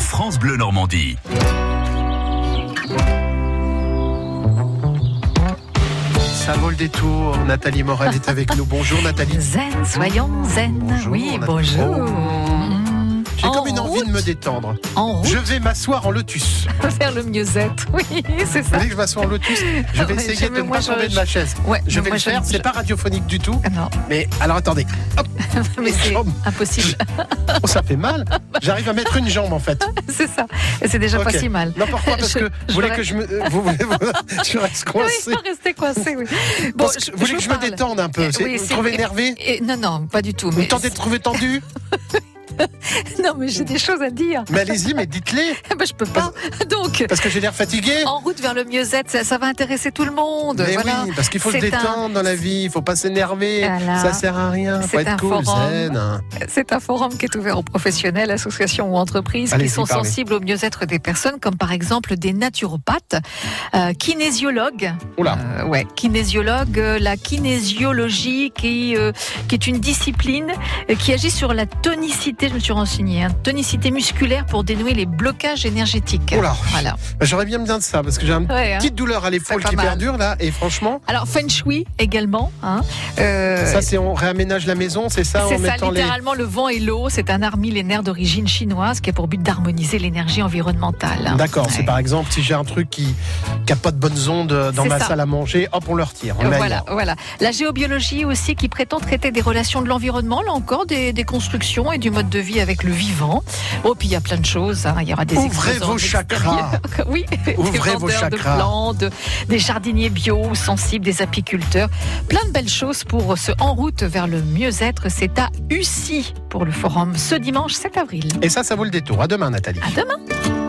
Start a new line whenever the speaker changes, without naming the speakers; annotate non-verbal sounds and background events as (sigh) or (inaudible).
France Bleu Normandie.
Ça vaut le détour. Nathalie Morel est avec nous. Bonjour Nathalie.
Zen, soyons zen.
Bonjour,
oui,
Nathalie.
bonjour. Mmh.
J'ai
En
comme une envie
route,
de me détendre.
En route (laughs)
Je vais m'asseoir en lotus.
vers le mieux-être. Oui, c'est
Vous
ça.
voulez que je m'assoie en
(laughs)
lotus Je vais
Ouais,
essayer de
mais
ne
moi,
pas
je-
tomber de ma chaise.
Ouais,
Je
mais
vais
moi,
le faire,
je-
c'est pas radiophonique du
(laughs)
tout.
Ah Non,
Mais alors attendez,
(laughs) mais c'est Bah.
Jambes.
impossible.
oh, ça fait
(laughs)
mal. J'arrive à mettre une jambe en fait.
c'est ça. Et c'est déjà
Ok.
pas si mal.
Non, pourquoi Parce
Je-
que
je
vous voulez
reste-
que je
(laughs)
me. Vous (laughs) voulez. Je reste coincé.
Oui, rester coincé, oui. Bon,
Parce que vous voulez que je me
parle.
détende un peu
Euh,
c'est-
oui,
Vous me
c'est-
trouvez énervé
Et- non, non, pas du tout.
Vous
Mais
me tentez de trouver tendu
(laughs) Non, mais j'ai des choses à dire. (laughs)
Mais allez-y, mais dites-les
Ah ben, je peux pas. (laughs) Donc,
Parce que j'ai l'air fatigué
en route vers le mieux-être, ça, ça va intéresser tout le monde.
Mais
voilà.
oui, parce qu'il faut se
C'est un-
détendre dans la vie, il faut pas s'énerver,
Voilà.
ça sert à rien, faut
C'est
être
un
cool,
forum.
zen. hein.
C'est un forum qui est ouvert aux professionnels, associations ou entreprises qui
Allez-y,
sont
parlez.
sensibles au mieux-être des personnes, comme par exemple des naturopathes, euh, kinésiologues.
Oula.
Euh, ouais, kinésiologues, euh, la kinésiologie qui, euh, qui est une discipline euh, qui agit sur la tonicité, je me suis renseignée, hein, tonicité musculaire pour dénouer les blocages énergétiques.
Oula.
Voilà.
Bah, J'aurais bien besoin de ça parce que j'ai une
Ouais, hein.
petite douleur à l'épaule
C'est pas
qui
mal.
perdure là et franchement,
Alors Feng Shui également. Hein. Euh,
ça c'est on réaménage la maison, c'est ça en
C'est ça,
mettant les
littéralement le vent et l'eau. C'est un art millénaire d'origine chinoise qui a pour but d'harmoniser l'énergie environnementale.
D'accord, c'est
Ouais.
par exemple si j'ai un truc qui qui a pas de bonnes ondes dans
C'est
ma
ça.
salle à manger, hop on le retire. On
Euh,
l'a
Voilà,
ailleurs.
voilà. La géobiologie aussi qui prétend traiter des relations de l'environnement, là encore, des, des constructions et du mode de vie avec le vivant. Oh, puis il y a plein de choses. hein. Il y aura des
Ouvrez
exposants
vos
d'extérieur.
chakras.
(laughs) Oui,
Ouvrez
des
vos
vendeurs de
chakras.
plantes, de- des jardiniers bio ou sensibles, des apiculteurs. Plein de belles choses pour se en route vers le mieux-être. C'est à UCI pour le forum ce dimanche 7 avril.
Et ça ça vaut le détour. À demain Nathalie.
À demain.